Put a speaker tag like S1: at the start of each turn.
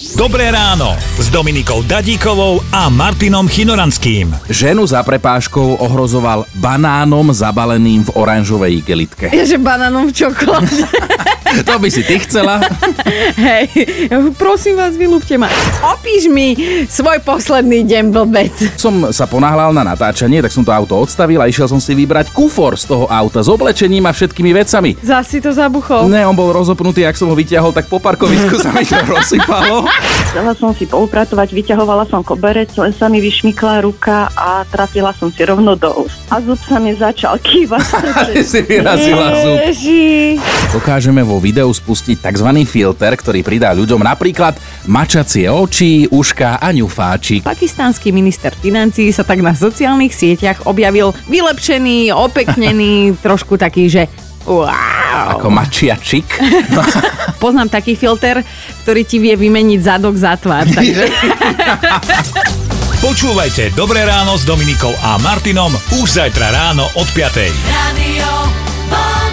S1: Dobré ráno s Dominikou Dadíkovou a Martinom Chinoranským.
S2: Ženu za prepážkou ohrozoval banánom zabaleným v oranžovej igelitke.
S3: Ja, že banánom v čokoláde.
S2: To by si ty chcela.
S3: Hej, Ja hovorím, prosím vás, vylúpte ma. Opíš mi svoj posledný deň, blbec.
S2: Som sa ponáhľal na natáčanie, tak som to auto odstavil a išiel som si vybrať kufor z toho auta s oblečením a všetkými vecami.
S3: Zas si to zabuchol.
S2: Ne, on bol rozopnutý, ak som ho vyťahol, tak po parkovisku sa mi to rozsypalo.
S4: Chcela som si poupratovať, vyťahovala som koberec, len sa mi vyšmykla ruka a trafila som si rovno do úst. A zub sa mi začal kývať.
S2: Ale si vyrazila zub.
S3: Ježi.
S2: Dokážeme vo videu spustiť tzv. filter, ktorý pridá ľuďom napríklad mačacie oči, uška a ňufáčik.
S3: Pakistánsky minister financií sa tak na sociálnych sieťach objavil vylepšený, opeknený, trošku taký, že wow.
S2: Ako mačiačik.
S3: Poznám taký filter, ktorý ti vie vymeniť zadok za tvár. Takže
S1: Počúvajte Dobré ráno s Dominikou a Martinom už zajtra ráno od 5.
S5: Radio Boy.